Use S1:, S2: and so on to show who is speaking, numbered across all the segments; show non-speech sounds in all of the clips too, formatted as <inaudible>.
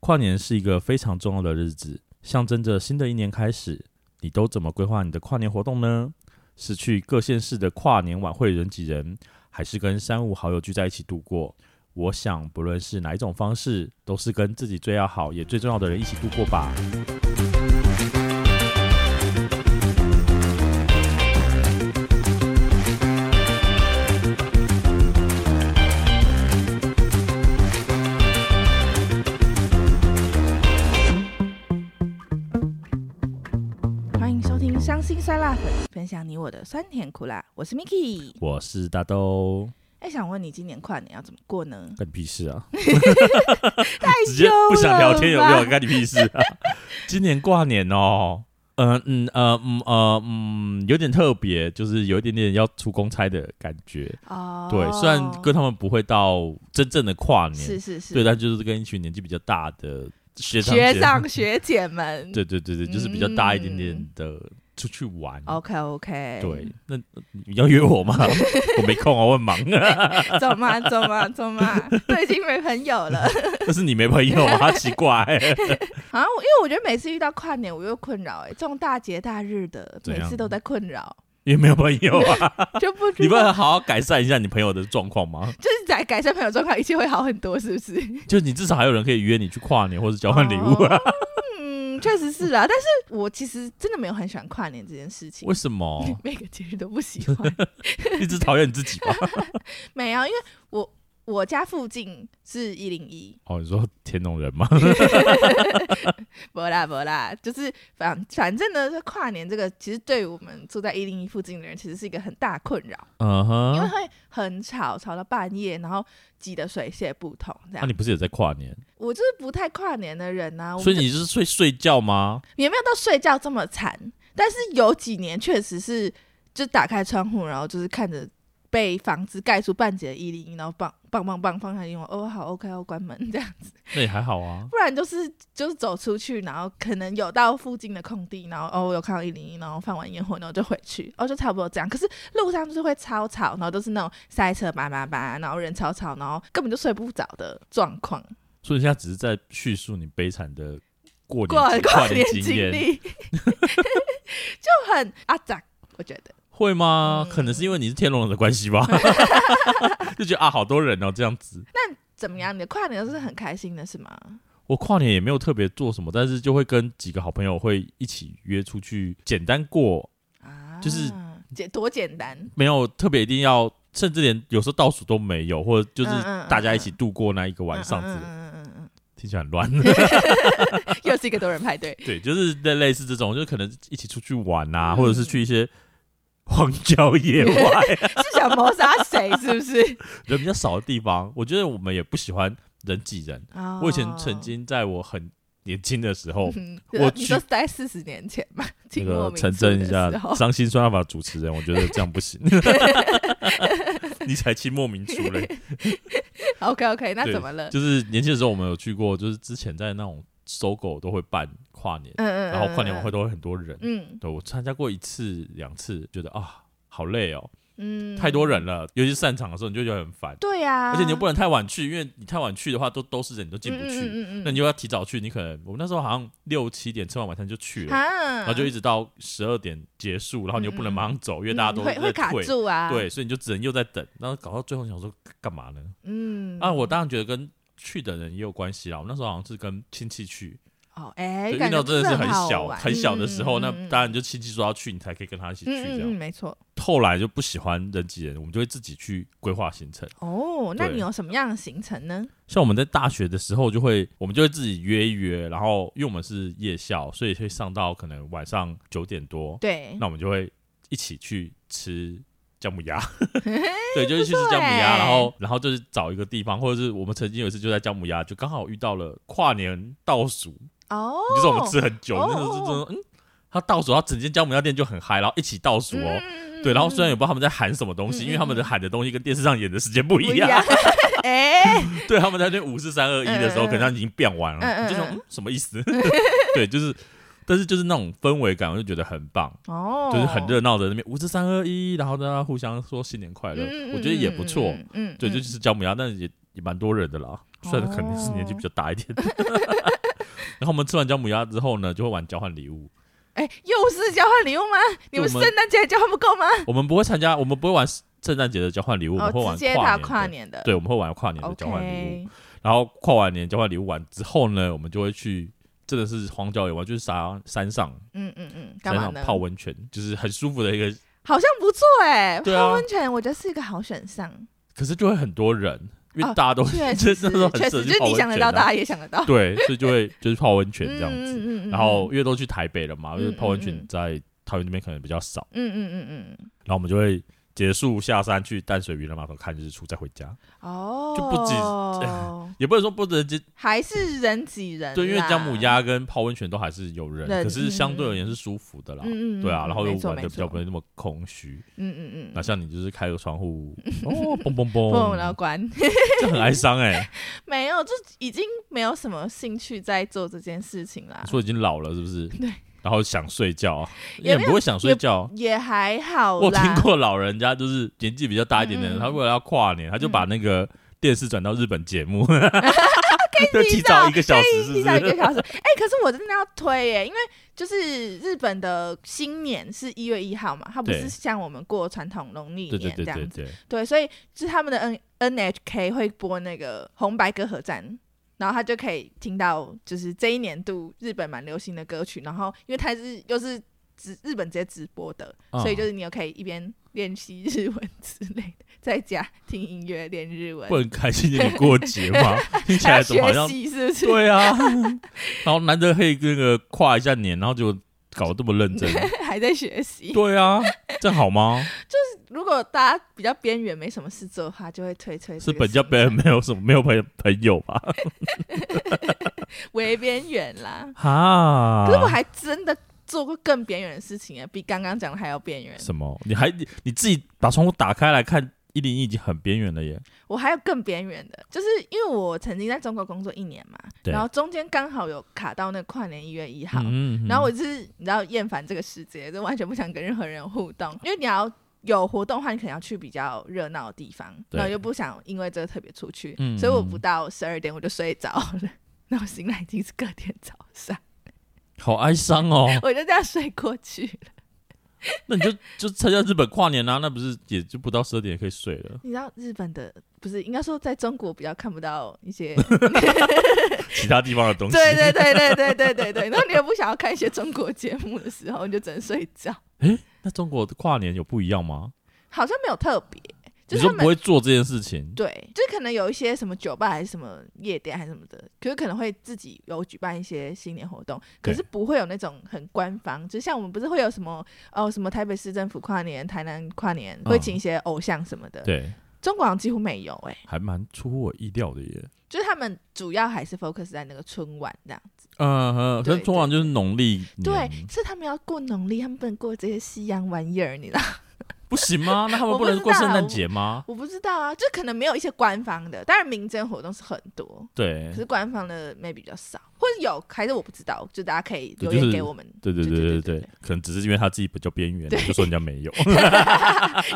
S1: 跨年是一个非常重要的日子，象征着新的一年开始。你都怎么规划你的跨年活动呢？是去各县市的跨年晚会人挤人，还是跟三五好友聚在一起度过？我想，不论是哪一种方式，都是跟自己最要好也最重要的人一起度过吧。
S2: 欢迎收听《伤心酸辣粉》，分享你我的酸甜苦辣。我是 Miki。
S1: 我是大豆，
S2: 哎，想问你今年跨年要怎么过呢？
S1: 干你屁事啊！
S2: <laughs> 太
S1: 直接不想聊天有没
S2: 羞了
S1: 有？
S2: 吧？
S1: 干你屁事啊！今年跨年哦，嗯嗯呃嗯呃嗯，有点特别，就是有一点点要出公差的感觉。
S2: 哦，
S1: 对，虽然跟他们不会到真正的跨年，
S2: 是是是，
S1: 对，但就是跟一群年纪比较大的学长
S2: 学
S1: 姐
S2: 长学姐们。
S1: 对对对对，就是比较大一点点
S2: 嗯
S1: 的出去玩。
S2: ，OK OK，
S1: 对，，那你要约我吗？ <laughs> 我没空啊，我很忙啊。 <laughs>
S2: 走嘛走嘛走嘛，都已经没朋友了。
S1: 但是你没朋友啊，奇怪、 <laughs>
S2: 好像我啊因为我觉得每次遇到跨年，我又困扰哎，这种大节大日的，
S1: 怎
S2: 每
S1: 样
S2: 次都在困
S1: <laughs>
S2: 扰，
S1: 也没有朋友啊。
S2: 就不知
S1: 你不
S2: 道
S1: 能好好改善一下你朋友的状况
S2: <laughs>
S1: 吗？
S2: 就是在改善朋友状况，一切会好很多，是不是？
S1: 就你至少还有人可以约你去跨年或者交换礼物啊？
S2: 哦嗯，确实是啦、但是我其实真的没有很喜欢跨年这件事情
S1: 为。什么
S2: <laughs> 每个节日都不喜
S1: <laughs>
S2: 欢， <laughs>
S1: 一直讨厌你自己吧？
S2: 没有，因为我我家附近是一零一，
S1: 哦，你说天龙人吗？
S2: 不啦不啦，就是反反正呢，跨年这个其实对我们住在一零一附近的人，其实是一个很大困扰，
S1: 嗯
S2: 因为
S1: 哼，
S2: 会很吵，吵到半夜，然后挤得水泄不通这
S1: 那、
S2: 样。
S1: 啊你不是也在跨年？
S2: 我就是不太跨年的人啊呐、啊，我
S1: 所以
S2: 们
S1: 你就是睡睡觉吗？
S2: 也没有到睡觉这么惨，但是有几年确实是就打开窗户，然后就是看着被房子盖住半截的一零一，然后棒棒棒棒放下烟火，哦好 OK 要关门这样子，
S1: 那也还好啊。
S2: 不然就是就是走出去，然后可能有到附近的空地，然后哦我有看到一零一，然后放完烟火，然后就回去，哦就差不多这样。可是路上就是会超吵，然后都是那种塞车叭叭叭，然后人吵吵，然后根本就睡不着的状况。
S1: 所以现在只是在叙述你悲惨的过
S2: 过
S1: 年
S2: 过
S1: 年
S2: 年
S1: 经
S2: 经
S1: 验，
S2: 历就很阿杂，我觉得。
S1: 会吗？
S2: 嗯
S1: 可能是因为你是天龙人的关系吧，
S2: <laughs>
S1: 就觉得啊，好多人哦，这样子。
S2: 怎么样？你的跨年都是很开心的，是吗？
S1: 我跨年也没有特别做什么，但是就会跟几个好朋友会一起约出去，简单过，
S2: 啊，
S1: 就是
S2: 简多简单，
S1: 没有特别一定要，甚至连有时候倒数都没有，或者就是
S2: 嗯嗯嗯
S1: 大家一起度过那一个晚上之类
S2: 嗯
S1: 的，
S2: 嗯嗯嗯
S1: 听起来很乱。 <laughs>
S2: 嗯，又是一个多人派对，
S1: 对，就是类类似这种，就可能一起出去玩啊，
S2: 嗯
S1: 或者是去一些荒郊野
S2: <laughs>
S1: 外。
S2: 是想谋杀谁？是不是？
S1: 人比较少的地方，我觉得我们也不喜欢人挤人。
S2: 哦
S1: 我以前曾，经在我很年轻的时
S2: <laughs>
S1: 候，
S2: 嗯
S1: 哦我
S2: 你
S1: 去
S2: 说在四十年前吧，
S1: 那
S2: 清末
S1: 个
S2: 民
S1: 澄
S2: 初
S1: 真一
S2: 的
S1: 下
S2: 时 <laughs> 候，
S1: 伤心酸辣法主持人，我觉得这样不
S2: <laughs>
S1: 行。 <laughs> 你才清末民初嘞，
S2: OK OK，那
S1: 对
S2: 怎么了？
S1: 就是年轻的时候我们有去过，就是之前在那种搜狗都会办跨年，
S2: 嗯嗯，
S1: 然后跨年晚
S2: 嗯
S1: 会，都会很多人。
S2: 嗯
S1: 对我参加过一次两次，觉得啊好累哦，
S2: 嗯，
S1: 太多人，了，尤其是散场的时候你就觉得很烦，
S2: 对啊呀，
S1: 而且你又不能太晚去，因为你太晚去的话都都是人，你都进不去。
S2: 去
S1: 那你就要提早去，你可能我们那时候好像六七点吃完晚餐就去了，
S2: 啊，
S1: 然后就一直到十二点结束，然后你又不能马上走，因为
S2: 嗯
S1: 大家都
S2: 会会
S1: 在
S2: 卡
S1: 退，
S2: 住啊，
S1: 对，，所以你就只能又在等，然后搞到最后你想说干嘛呢？
S2: 嗯
S1: 啊，我当然觉得跟去的人也有关系啦。我们那时候好像是跟亲戚去，
S2: 哦，哎，
S1: 对
S2: 感
S1: 遇到
S2: 觉
S1: 真的
S2: 不
S1: 是
S2: 是
S1: 很
S2: 好
S1: 小
S2: 玩
S1: 很小的时候，
S2: 嗯
S1: 那
S2: 嗯嗯
S1: 当然就亲戚说要去，你才可以跟他一起去
S2: 嗯
S1: 这
S2: 嗯嗯，
S1: 样。
S2: 没错。
S1: 后来就不喜欢人挤人，我们就会自己去规划行程。
S2: 哦，那
S1: 对
S2: 你有什么样的行程呢？
S1: 像我们在大学的时候，就会我们就会自己约一约，然后因为我们是夜校，所以会上到可能晚上九点多，
S2: 对，
S1: <laughs> 那我们就会一起去吃姜母鸭， <laughs> 对，就是去吃姜母鸭，
S2: 欸
S1: 然后然后就是找一个地方，或者是我们曾经有一次就在姜母鸭，就刚好遇到了跨年倒数，
S2: 哦，
S1: 就是我们吃很久，
S2: 哦
S1: 那时候就真的嗯，他倒数，他整间姜母鸭店就很嗨，然后一起倒数哦。
S2: 嗯
S1: 对，然后虽然也不知道他们在喊什么东西，
S2: 嗯嗯
S1: 因为他们的喊的东西跟电视上演的时间不
S2: 不
S1: 一
S2: 一
S1: 样，
S2: 样， <laughs> 哎，
S1: <laughs> 对，他们在那五四三二一的时候，
S2: 嗯嗯嗯
S1: 可能他已经变完了，
S2: 嗯嗯
S1: 你就想
S2: 嗯
S1: 嗯什么意思？ <laughs> 对，就是，但是就是那种氛围感，我就觉得很棒，<laughs>
S2: 哦，
S1: 就是很热闹的那边五四三二一，然后大家互相说新年快乐，
S2: 嗯，嗯
S1: 我觉得也不错。，
S2: 嗯嗯，嗯
S1: 对，就。是姜母鸭，但是也也蛮多人的啦，虽然可能是年纪比较大一点， <laughs> 然后我们吃完姜母鸭之后呢，就会玩交换礼物。
S2: 哎，又是交换礼物吗？你们
S1: 我
S2: 圣
S1: 们
S2: 诞节交换不够吗？
S1: 我们不会参加，我们不会玩圣诞节的交换礼物，我们会
S2: 哦，
S1: 玩
S2: 直接到
S1: 跨
S2: 跨
S1: 年的。
S2: 年的，
S1: 对，我们会玩跨年的
S2: o
S1: 交换礼物。
S2: k
S1: 然后跨完年交换礼物完之后呢，我们就会去真的是荒郊野外，就是山山上
S2: 嗯嗯嗯，干
S1: 山
S2: 嘛
S1: 上
S2: 呢？
S1: 泡温泉，就是很舒服的一个，
S2: 好像不错哎、
S1: 对啊
S2: 泡温泉我觉得是一个好选项，
S1: 可是就会很多人，因为
S2: 哦
S1: 大家都、
S2: 确
S1: <laughs> 就
S2: 实
S1: 是那时候
S2: 确
S1: 很适合
S2: 实，
S1: 去
S2: 就是
S1: 泡
S2: 你
S1: 温
S2: 想得
S1: 泉、
S2: 到，大
S1: 啊，
S2: 家也想得到，
S1: 对，所以就会就是泡温泉这样
S2: 嗯
S1: 子。
S2: 嗯嗯嗯
S1: 然后因为都去台北了嘛，因为泡温
S2: 嗯嗯
S1: 泉
S2: 嗯
S1: 在桃园那边可能比较少，
S2: 嗯嗯嗯嗯，
S1: 然后我们就会结束下山去淡水渔人码头看日出，再回家。
S2: 哦，
S1: 就不 <laughs>
S2: 止，
S1: 也不能说不能接，
S2: 还是人挤呃人啦，
S1: 对，因为姜母鸭跟泡温泉都还是有人，
S2: 人
S1: 可是相对而言是舒服的啦。
S2: 嗯，嗯嗯，
S1: 对啊，然后又
S2: 没错
S1: 玩的比较，不会
S2: 没错
S1: 那么空虚。
S2: 嗯嗯嗯，
S1: 那像你就是开个窗
S2: <laughs>
S1: 户，哦，嘣嘣
S2: 不然后
S1: 嘣，
S2: 关，
S1: <laughs>
S2: <laughs>
S1: 这很哀伤哎、
S2: 没有，就已经没有什么兴趣在做这件事情啦
S1: 你，说已经老了是不是？
S2: <laughs> 对。
S1: 然后想睡觉，啊
S2: 也
S1: 也
S2: 没有
S1: 不会想睡觉。啊
S2: 也还好
S1: 我有
S2: 哦啦，
S1: 听过老人家就是年纪比较大一点的
S2: 嗯
S1: 人，
S2: 嗯嗯
S1: 他为了要跨年，他就把那个电视转到日本节
S2: <laughs>
S1: 目，就
S2: 提
S1: 提早
S2: 早
S1: 一个小时，是
S2: 提
S1: 不
S2: 早一个
S1: 是？
S2: 小时。哎、可是我真的要推耶、因为就是日本的新年是一月一号嘛，它不
S1: 对
S2: 是像我们过传统农历
S1: 对对
S2: 年
S1: 对
S2: 这样
S1: 对
S2: 子，
S1: 对，
S2: 对，所以就是他们的 N N H K 会播那个红白歌合战。然后他就可以听到，就是这一年度日本蛮流行的歌曲。然后，因为它是又是直日本直接直播的，
S1: 嗯
S2: 所以就是你又可以一边练习日文之类的，在家听音乐练日文，
S1: 会很开心有点过节
S2: <laughs>
S1: 嘛，听起
S2: 还
S1: 来
S2: 要
S1: 怎么好
S2: 学
S1: 像
S2: 习是不是？
S1: 对啊，然后难得可以那个跨一下年，然后就搞得这么认
S2: <laughs>
S1: 真，
S2: 还在学习。
S1: 对啊，这样好
S2: <laughs>
S1: 吗？
S2: 如果大家比较边缘没什么事做的话，就会推推
S1: 是本家本人没有什么没有朋友朋友
S2: <laughs>
S1: 吧？
S2: 为边缘
S1: <laughs>
S2: 啦。
S1: 哈，
S2: 可是我还真的做过更边缘的事情啊，比刚刚讲的还要边缘。
S1: 什么？你还你你自己把窗户打开来看一零一已经很边缘了耶。
S2: 我还有更边缘的，就是因为我曾经在中国工作一年嘛，
S1: 对
S2: 然后中间刚好有卡到那跨年一月一号，
S1: 嗯嗯
S2: 然后我就是你知道厌烦这个世界，就完全不想跟任何人互动，因为你要有活动的话，你可能要去比较热闹的地方，
S1: 对
S2: 然后又不想因为这个特别出去，
S1: 嗯
S2: 所以我不到十二点我就睡着了，然后醒来已经是隔天早上，
S1: 好哀伤哦。 <laughs>
S2: 我就这样睡过去了。
S1: 那你就就参加日本跨年啊，那不是也就不到十二点也可以睡
S2: <laughs>
S1: 了？
S2: 你知道日本的不是应该说在中国比较看不到一些，
S1: 其他地方的东西，
S2: 对对对对对对对对，然后你也不想要看一些中国节目的时候，你就只能睡觉，
S1: 那中国的跨年有不一样吗？
S2: 好像没有特别，
S1: 你
S2: 就是他
S1: 说
S2: 们
S1: 不会做这件事情，
S2: 对，就是可能有一些什么酒吧还是什么夜店还是什么的，可是可能会自己有举办一些新年活动，可
S1: 对
S2: 是不会有那种很官方，就像我们不是会有什么哦什么台北市政府跨年、台南跨年，会请一些偶像什么的，
S1: 嗯对，
S2: 中国好像几乎没有哎、
S1: 还蛮出乎我意料的耶。
S2: 就是他们主要还是 focus 在那个春晚这样。
S1: 嗯嗯，可
S2: 对
S1: 是通常就是农历年，
S2: 对，是他们要过农历，他们不能过这些西洋玩意儿，你知道？
S1: 不行
S2: <laughs>
S1: 吗？那他们
S2: 我
S1: 不
S2: 不知
S1: 能过
S2: 道
S1: 圣诞
S2: 我
S1: 节吗？
S2: 我不知道啊，就可能没有一些官方的，当然民间活动是很多，
S1: 对
S2: 可，是官方的 maybe 比较少，或者有还是我不知道，就大家可以
S1: 对
S2: 留
S1: 就
S2: 言
S1: 是
S2: 给我们。
S1: 对对
S2: 对
S1: 对对
S2: 对对
S1: 对，可能只是因为他自己比较边缘，
S2: 对
S1: 就说人家没有。 <laughs>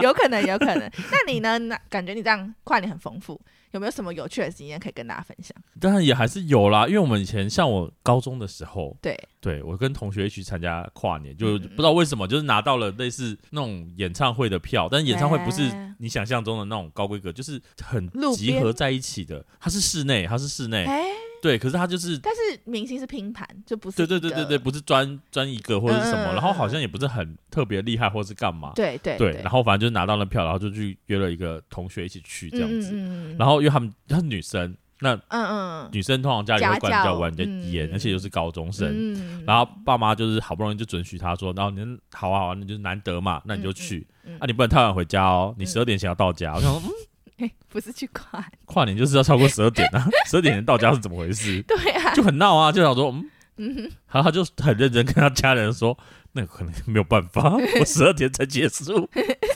S2: 有可能，有可能。那你呢？那感觉你这样跨年很丰富，有没有什么有趣的经验可以跟大家分享？
S1: 当然也还是有啦，因为我们以前像我高中的时候，
S2: 对，
S1: 对我跟同学一起参加跨年，就
S2: 嗯
S1: 不知道为什么就是拿到了类似那种演唱会的票，但演唱会不是
S2: 哎
S1: 你想象中的那种高规格，就是很
S2: 路
S1: 集
S2: 边
S1: 合在一起的，它是室内，它是室内，
S2: 哎、
S1: 对，可是它就是。
S2: 但是明星是拼盘，就不是
S1: 对
S2: 一
S1: 对
S2: 个
S1: 对对对，不是专专一个或者是什么，
S2: 嗯
S1: 然后好像也不是很特别厉害或是干嘛，
S2: 对对
S1: 对，然后反正就是拿到了票，然后就去约了一个同学一起去这样子，
S2: 嗯嗯嗯嗯
S1: 然后因为他们她是女生，那
S2: 嗯嗯，
S1: 女生通常家里
S2: 家
S1: 会管
S2: 教
S1: 教管人
S2: 嗯
S1: 家严，而且又是高中生，
S2: 嗯
S1: 然后爸妈就是好不容易就准许他说，然后你好啊好啊，那就是难得嘛，那你就去
S2: 嗯嗯嗯
S1: 啊，你不能太晚回家哦，你十二点前要到家。我想说，嗯，
S2: 哎、不是去跨，？
S1: 跨年就是要超过十二点啊， <laughs> 十二点前到家是怎么回事
S2: <laughs> 对啊，
S1: 就很闹啊，就想说，嗯，
S2: 嗯哼，
S1: 然后他就很认真跟他家人说，那可能没有办
S2: <laughs>
S1: 法，我十二点才结束，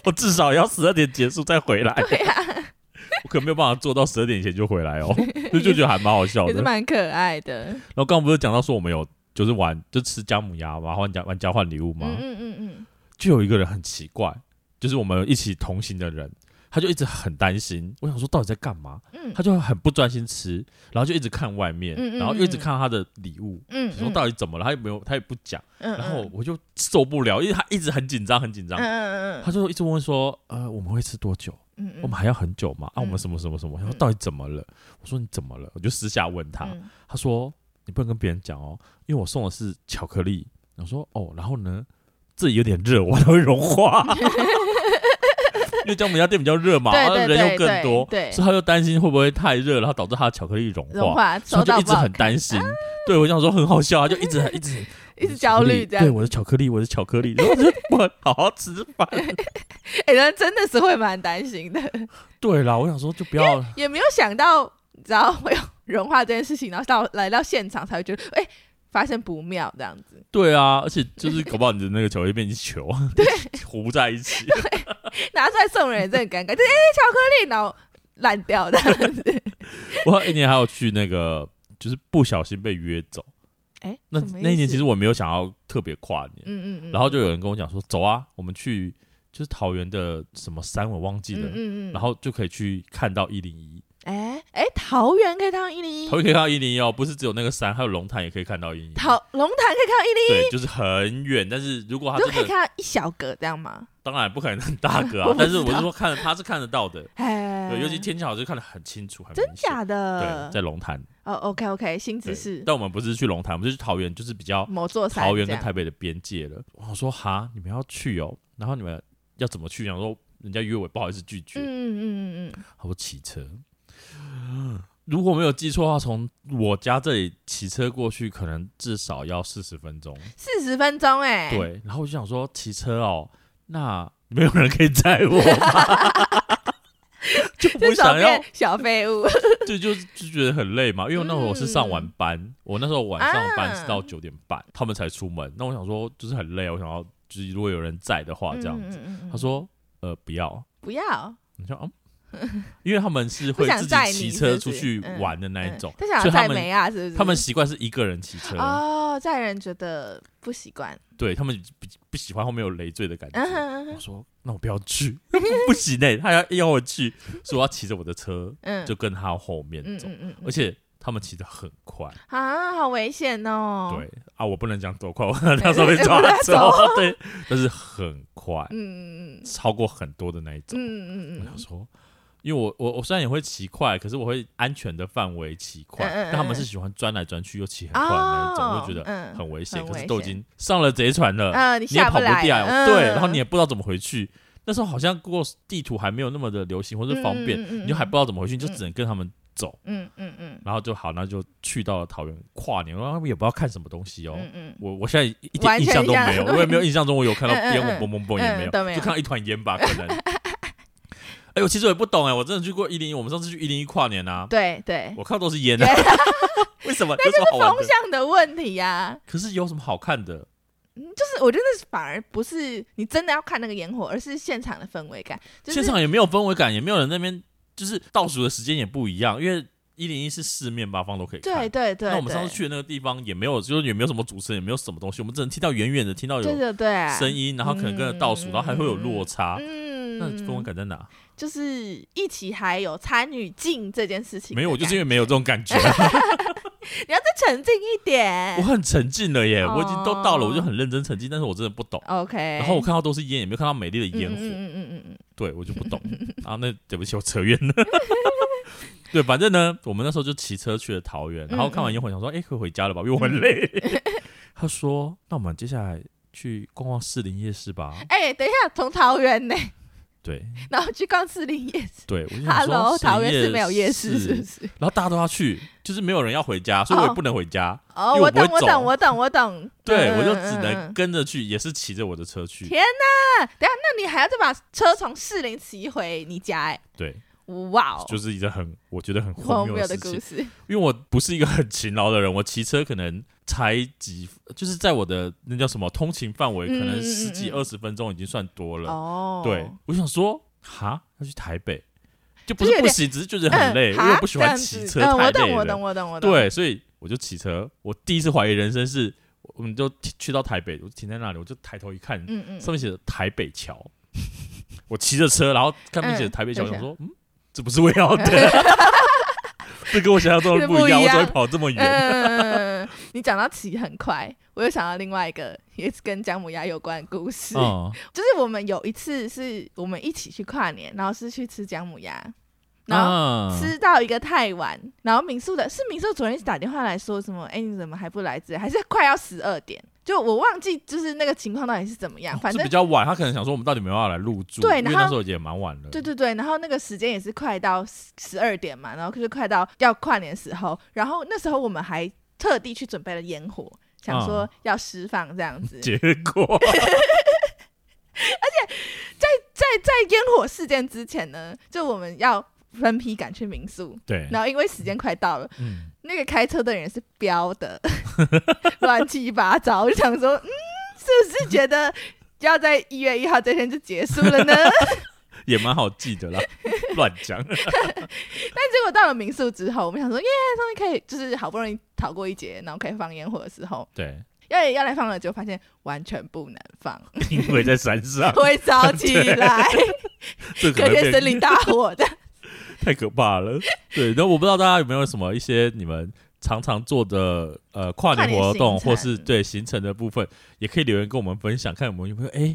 S1: 我至少也要十二点结束再回来，
S2: <laughs> 对啊，
S1: 我可没有办法做到十二点前就回
S2: <laughs>
S1: 来哦，就就觉得还蛮好笑
S2: 也
S1: 的
S2: 是。蛮可爱的。
S1: 然后刚刚不是讲到说我们有就是玩就吃姜母鸭嘛，玩交玩交换礼物嘛，
S2: 嗯嗯嗯嗯，
S1: 就有一个人很奇怪，就是我们一起同行的人，他就一直很担心。我想说到底在干嘛？
S2: 嗯
S1: 他就很不专心吃，然后就一直看外面，
S2: 嗯嗯
S1: 然后又一直看到他的礼物，
S2: 嗯
S1: 说到底怎么了？他也没有，他也不讲。
S2: 嗯
S1: 然后我就受不了，因为他一直很紧张，很紧
S2: 嗯
S1: 张。
S2: 嗯
S1: 他就一直问说：“呃，我们会吃多久？
S2: 嗯嗯，
S1: 我们还要很久吗？啊，我们
S2: 嗯
S1: 什么什么什么？”他
S2: 嗯
S1: 说：“到底怎么了？”我说：“你怎么了？”我就私下问他，他说：“你不能跟别人讲哦，因为我送的是巧克力。”我说：“哦，然后呢，这里有点热，我它会融化。” <laughs> 因为姜母鸭店比较热嘛，
S2: 对
S1: 然后
S2: 对
S1: 人又
S2: 对
S1: 更多，
S2: 对对
S1: 所以他就担心会不会太热，然后导致他的巧克力融
S2: 融
S1: 化，
S2: 化，
S1: 所以
S2: 收
S1: 他
S2: 到
S1: 就一直很担心。对我想说很好笑，啊他就一直很一直很
S2: <laughs> 一直焦虑这
S1: 对
S2: 样，
S1: 我的巧克力，我的巧克力，然后我就不好好吃饭。
S2: 哎，人真的是会蛮担心的，
S1: 对啦，我想说就不要
S2: 也没有想到，你知道会有 <laughs> 融化这件事情，然后到来到现场才会觉得，哎，发生不妙这样子。
S1: <laughs> 对啊，而且就是搞不好你的那个巧克力变成球，对， <laughs> 糊在一起。
S2: 拿出来送人也真的很尴尬，就是哎、巧克力，然后烂掉这样子。
S1: <laughs> 我一年还有去那个，就是不小心被约走。
S2: 哎、
S1: 那
S2: 什么意思
S1: 那一年其实，我没有想要特别跨年，
S2: 嗯嗯嗯，
S1: 然后就有人跟我讲说，走啊，我们去就是桃园的什么山，我忘记
S2: 嗯
S1: 了，
S2: 嗯嗯，
S1: 然后就可以去看到一零一，
S2: 哎哎、桃园可以看到一零一
S1: 桃，园可以看到一零一哦，不是只有那个山，还有龙潭也可以看到一零一。
S2: 桃龙潭可以看到一
S1: 对，
S2: 零
S1: 就是很远，但是如果它
S2: 一，就可
S1: 啊真的，
S2: 以 <laughs> 看到一小格这样吗？
S1: 当然不可能很大个啊
S2: 我，不
S1: 但是
S2: 知
S1: 我是
S2: 道
S1: 说看，它是看得到的，
S2: 哎，
S1: 对，尤其天气好就看得很清楚，很明
S2: 真
S1: 显。
S2: 假
S1: 对，
S2: 的？
S1: 在龙潭，
S2: 哦，OK OK，新
S1: 对
S2: 知识，
S1: 但我们不是去龙潭，我们是去桃园，就是比较
S2: 某座山
S1: 桃园
S2: 这
S1: 跟
S2: 样
S1: 台北的边界了。我想说哈，你们要去哦，然后你们要怎么去？然后说人家约我，不好意思拒绝。
S2: 嗯嗯嗯嗯
S1: 他说骑车，如果没有记错的话，从我家这里骑车过去，可能至少要四十分钟。
S2: 嗯，四十分钟哎、，
S1: 对，然后我就想说骑车哦，那没有人可以载我吗？ <laughs> 就不
S2: 这首
S1: 想要
S2: 变，小
S1: <laughs>
S2: 废物，
S1: 就就就觉得很累嘛。因为那会儿我是上
S2: 嗯
S1: 晚班，我那时候晚上班是到
S2: 啊
S1: 九点半，他们才出门。那我想说就是很累，我想要就是如果有人载的话这样子。
S2: 嗯嗯嗯嗯
S1: 他说呃不要，
S2: 不要，
S1: 你说嗯。因为他们
S2: <laughs>
S1: 是会
S2: 不想
S1: 自己
S2: 载
S1: 骑
S2: 你
S1: 车
S2: 是不
S1: 出
S2: 是
S1: 去
S2: 嗯
S1: 玩的那一
S2: 嗯
S1: 种，
S2: 他想
S1: 所
S2: 要
S1: 以他
S2: 载
S1: 们
S2: 梅亚是不是？
S1: 他们习惯是一个人骑车，
S2: 哦，载人觉得不习
S1: <laughs>
S2: 惯，
S1: 对他们不不喜欢后面有累赘的感觉。
S2: 嗯哼嗯哼
S1: 我说那我不要去， <laughs> 不行嘞、他要要我去，所以我要骑着我的车
S2: 嗯，
S1: 就跟他后面
S2: 嗯
S1: 走，
S2: 嗯嗯嗯
S1: 而且他们骑得很快，
S2: 啊，好危险哦！，
S1: 对啊，我不能讲多
S2: <laughs>
S1: 快，我那时候被抓
S2: 被
S1: 走
S2: 抓，
S1: 对，但是很快，
S2: 嗯嗯
S1: 超过很多的那一种。
S2: 嗯嗯
S1: 我
S2: 嗯
S1: 想
S2: 嗯，
S1: 说，因为我我我虽然也会骑快，可是我会安全的范围骑快，
S2: 嗯嗯嗯
S1: 但他们是喜欢钻来钻去又骑很快的那一种，
S2: 哦
S1: 我就觉得
S2: 得
S1: 很危险。
S2: 嗯很
S1: 可是
S2: 危
S1: 都已
S2: 险
S1: 经上了贼船了，
S2: 嗯，你
S1: 你也
S2: 下
S1: 跑不
S2: 来，
S1: 掉，
S2: 嗯
S1: 对，然后你也不知道怎么回去。那时候好像 Google 地图还没有那么的流行或是方便，
S2: 嗯嗯嗯嗯
S1: 你就还不知道怎么回去，你就
S2: 嗯
S1: 只能跟他们走。
S2: 嗯嗯嗯
S1: 然后就好，那就去到了桃园跨年，然后他们也不知道看什么东西哦。
S2: 嗯嗯，
S1: 我我现在一点
S2: 完
S1: 印
S2: 全
S1: 象都
S2: 一样
S1: 没有，我也没有印象中我有看到
S2: 嗯嗯
S1: 烟
S2: 嗯
S1: 雾嘣嘣嘣也没有，
S2: 嗯都没有
S1: 就看到一团烟吧，可能。 <laughs> 哎呦，其实我也不懂哎，我真的去过一零一，我们上次去一零一跨年啊，
S2: 对对，
S1: 我看到都是烟
S2: <laughs>
S1: 啊，为什么？有什么好玩
S2: 风
S1: 的？
S2: 向的问题呀，
S1: 可是有什么好看的？
S2: 就是我觉得是反而不是你真的要看那个烟火，而是现场的氛围感，就是
S1: 现场也没有氛围感，也没有人那边，就是倒数的时间也不一样，因为一零一是四面八方都可以看。
S2: 对对对，
S1: 那我们上次去的那个地方也没有，就是也没有什么主持人，也没有什么东西，我们只能听到远远的听到
S2: 对
S1: 有
S2: 对对
S1: 声，音，然后可能跟着倒数，
S2: 嗯
S1: 然后还会有落差。
S2: 嗯，
S1: 那氛围感在哪？
S2: 就是一起还有参与进这件事情，
S1: 没有，我就是因为没有这种感
S2: <laughs>
S1: 觉，
S2: 你要再沉静一点
S1: 我很沉浸了耶，我已经都到了，
S2: 哦
S1: 我就很认真沉浸，但是我真的不懂。
S2: ，OK，
S1: 然后我看到都是烟，也没有看到美丽的烟
S2: 嗯
S1: 火，
S2: 嗯嗯嗯嗯
S1: 对我就不懂啊。那对不起，我扯远了。 <laughs> 对，反正呢，我们那时候就骑车去了桃园，然后
S2: 嗯
S1: 看完烟火，想说，哎、可以回家了吧？因为我很
S2: <laughs>
S1: 累。他说，那我们接下来去逛逛士林夜市吧。
S2: 哎、等一下，从桃园呢，
S1: 对
S2: 然后去逛士林夜市。
S1: 对，我就想说
S2: Hello，桃园
S1: 士
S2: 是
S1: 林
S2: 没有夜市，是不是？
S1: 然后大家都要去，就是没有人要回家，所以我也不能回家。因
S2: 哦，
S1: 为我
S2: 我
S1: 不会
S2: 懂，我
S1: 走
S2: 懂，我懂，我懂。
S1: 对，
S2: 嗯
S1: 我就只
S2: 嗯嗯
S1: 能
S2: 嗯
S1: 跟着去，也是骑着我的车去。
S2: 天啊等一下，那你还要再把车从士林骑回你家、哎，
S1: 对，
S2: 哇哦，
S1: 就是一个很我觉得很荒
S2: 荒
S1: 谬
S2: 谬
S1: 事
S2: 的
S1: 情
S2: 故。事。
S1: 因为我不是一个很勤劳的人，我骑车可能才几，就是在我的那叫什么通勤范围，
S2: 嗯
S1: 可能十几
S2: 嗯嗯
S1: 二十分钟已经算多了。
S2: 哦，
S1: 对，我想说，哈，要去台北，就不
S2: 就是有
S1: 不
S2: 点
S1: 行，只是觉得
S2: 嗯，
S1: 很累，因
S2: 哈
S1: 为我不喜欢
S2: 这样子
S1: 骑车，
S2: 嗯，
S1: 太
S2: 我懂，
S1: 累
S2: 我
S1: 了
S2: 懂，。我懂，我懂。
S1: 对，所以我就骑车。我第一次怀疑人生是，我们就去到台北，我就停在那里，我就抬头一看，
S2: 嗯，嗯
S1: 上面写着台北桥。 <laughs> 我骑着车，然后看面写
S2: 嗯
S1: 台北小
S2: 就
S1: 想
S2: 想
S1: 说，嗯，这不是我要的， <laughs> 这跟我想象中的不一样，
S2: 不一
S1: 我
S2: 样
S1: 怎么会跑这么
S2: <laughs>
S1: 远？
S2: 嗯，你讲到骑很快，我又想到另外一个也是跟姜母鸭有关的故事，
S1: 嗯，
S2: 呃就是我们有一次是我们一起去跨年，然后是去吃姜母鸭，然后
S1: 啊，
S2: 吃到一个太晚，然后民宿的是民宿主任一直打电话来说什么，哎、你怎么还不来之类？还是快要十二点，就我忘记就是那个情况到底是怎么样，啊反
S1: 是
S2: 正
S1: 比较晚，他可能想说我们到底有没有要来入住，
S2: 对
S1: 因为
S2: 然后
S1: 那时候也蛮晚了，
S2: 对对对，然后那个时间也是快到十二点嘛，然后就是快到要跨年的时候，然后那时候我们还特地去准备了烟火，想说要释放这样
S1: <laughs>
S2: 子。
S1: 结
S2: <laughs>
S1: 果
S2: 在烟火事件之前呢，就我们要分批赶去民宿，
S1: 对，
S2: 然后因为时间快到了，
S1: 嗯，
S2: 那个开车的人是飙的，乱七八糟，我就想说，嗯，是不是觉得要在一月一号这天就结束了呢？ <laughs>
S1: 也蛮好记得啦，乱讲，
S2: 但结果到了民宿之后，我们想说，耶，终于可以，就是好不容易逃过一劫，然后可以放烟火的时候， <laughs>
S1: 对，
S2: 要要来放了，就发现完全不能放，
S1: 因为在山上，
S2: <laughs> 会烧起
S1: <laughs>
S2: 来，
S1: 这可
S2: 隔
S1: 能
S2: 天
S1: 变
S2: 森林大火的。
S1: 太可怕了。对，然后我不知道大家有没有什么一些你们常常做的呃跨
S2: 跨
S1: 年
S2: 年
S1: 活动，
S2: 行程
S1: 或是对行程的部分，也可以留言跟我们分享，看我们有没有哎、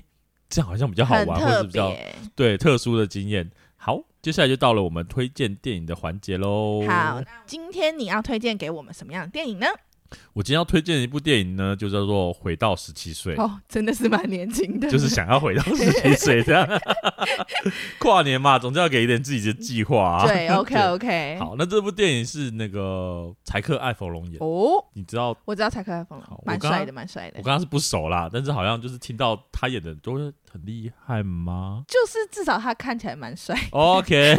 S1: 这样好像比较好
S2: 很
S1: 玩，或
S2: 特
S1: 是比较
S2: 别。
S1: 对特殊的经验。好，接下来就到了我们推荐电影的环节喽。
S2: 好，那今天你要推荐给我们什么样的电影呢？
S1: 我今天要推荐的一部电影呢，就叫做《回到十七岁》。
S2: 哦，真的是蛮年轻的，
S1: 就是想要回到十七岁这样， <laughs> 跨年嘛，总是要给一点自己的计划、啊。 <laughs>
S2: 对，OK OK。
S1: 好，那这部电影是那个柴克·艾弗隆演，
S2: 哦，
S1: 你知道
S2: 我知道柴可夫风
S1: 好
S2: 了
S1: 我，
S2: 蛮
S1: 刚
S2: 帅的，蛮帅的
S1: 我。跟他是不熟啦，但是好像就是听到他演的都是很厉害吗
S2: 就是至少他看起来蛮帅。
S1: ？OK，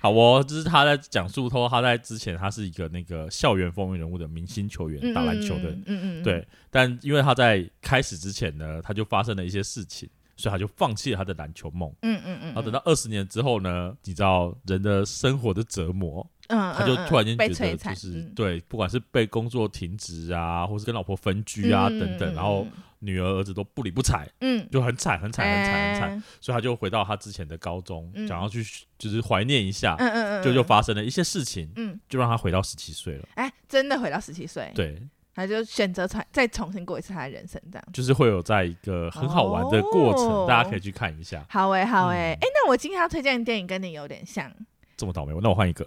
S1: 好哦，就是他在讲述透他在之前他是一个那个校园风云人物的明星球员， <laughs> 打篮球的，
S2: 嗯，嗯嗯，
S1: 对。但因为他在开始之前呢，他就发生了一些事情，所以他就放弃了他的篮球梦。
S2: 嗯嗯嗯。
S1: 然后等到二十年之后呢，你知道人的生活的折磨，
S2: 嗯，嗯，
S1: 他就突然间
S2: 嗯被
S1: 觉得
S2: 摧
S1: 就
S2: 残，
S1: 是
S2: 嗯
S1: 对，不管是被工作停职啊，或是跟老婆分居啊等等，然后女儿儿子都不理不睬，
S2: 嗯，
S1: 就很惨很惨很惨很惨，
S2: 惨，
S1: 所以他就回到他之前的高中，
S2: 哎嗯
S1: 想要去就是怀念一下，
S2: 嗯嗯嗯，
S1: 就就
S2: 嗯，
S1: 发生了一些事情，
S2: 嗯，
S1: 就让他回到十七岁了。
S2: 哎，真的回到十七岁，，
S1: 对，
S2: 他就选择重再重新过一次他的人生，这样。
S1: 就是会有在一个很好玩的过程，
S2: 哦
S1: 大家可以去看一下。
S2: 好诶，好诶，
S1: 嗯
S2: 哎，那我今天要推荐的电影跟你有点像，
S1: 这么倒霉，那我换
S2: <laughs>
S1: 一个。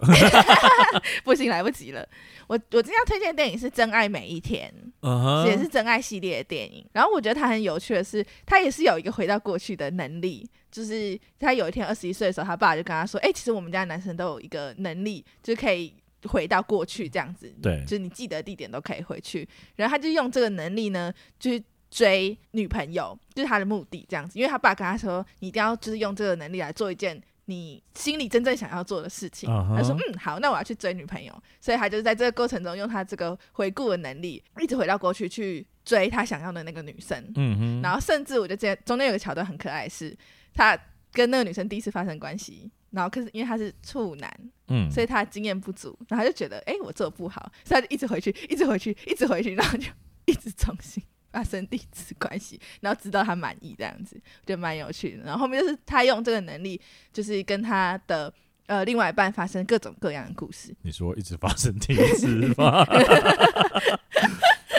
S2: 不行，来不及了。我我今天要推荐的电影是《真爱每一天》，
S1: 嗯哼
S2: 也是真爱系列的电影。然后我觉得它很有趣的是，它也是有一个回到过去的能力，就是他有一天二十一岁的时候，他爸就跟他说：“哎、其实我们家的男生都有一个能力，就是可以回到过去这样子，
S1: 对
S2: 就是你记得地点都可以回去。”然后他就用这个能力呢，就是。追女朋友就是他的目的，这样子，因为他爸跟他说，你一定要就是用这个能力来做一件你心里真正想要做的事情。
S1: 嗯哼
S2: 他说，嗯，好，那我要去追女朋友，所以他就是在这个过程中用他这个回顾的能力，一直回到过去去追他想要的那个女生。
S1: 嗯哼，
S2: 然后甚至我就见中间有个桥段很可爱是，他跟那个女生第一次发生关系，然后可是因为他是处男，
S1: 嗯，
S2: 所以他经验不足，然后他就觉得哎、诶我做得不好，所以他就一直回去，一直回去，一直回去，然后就一直重新啊发生第一次关系，然后直到啊他满意这样子，我觉得蛮有趣的。然后后面就是他用这个能力，就是跟他的呃另外一半发生各种各样的故事。
S1: 你说一直发生第一次
S2: <laughs>
S1: 吗？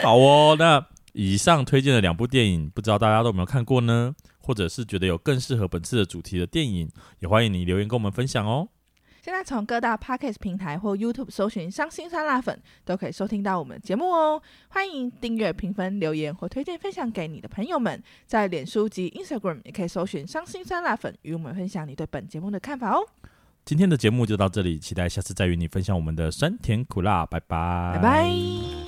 S1: 好哦，那以上推荐的两部电影，不知道大家都有没有看过呢？或者是觉得有更适合本次的主题的电影，也欢迎你留言跟我们分享哦。
S2: 现在从各大 podcast 平台或 YouTube 搜寻“伤心酸辣粉”，都可以收听到我们的节目哦。欢迎订阅、评分、留言或推荐分享给你的朋友们。在脸书及 Instagram 也可以搜寻“伤心酸辣粉”，与我们分享你对本节目的看法哦。
S1: 今天的节目就到这里，期待下次再与你分享我们的酸甜苦辣，拜拜，
S2: 拜拜。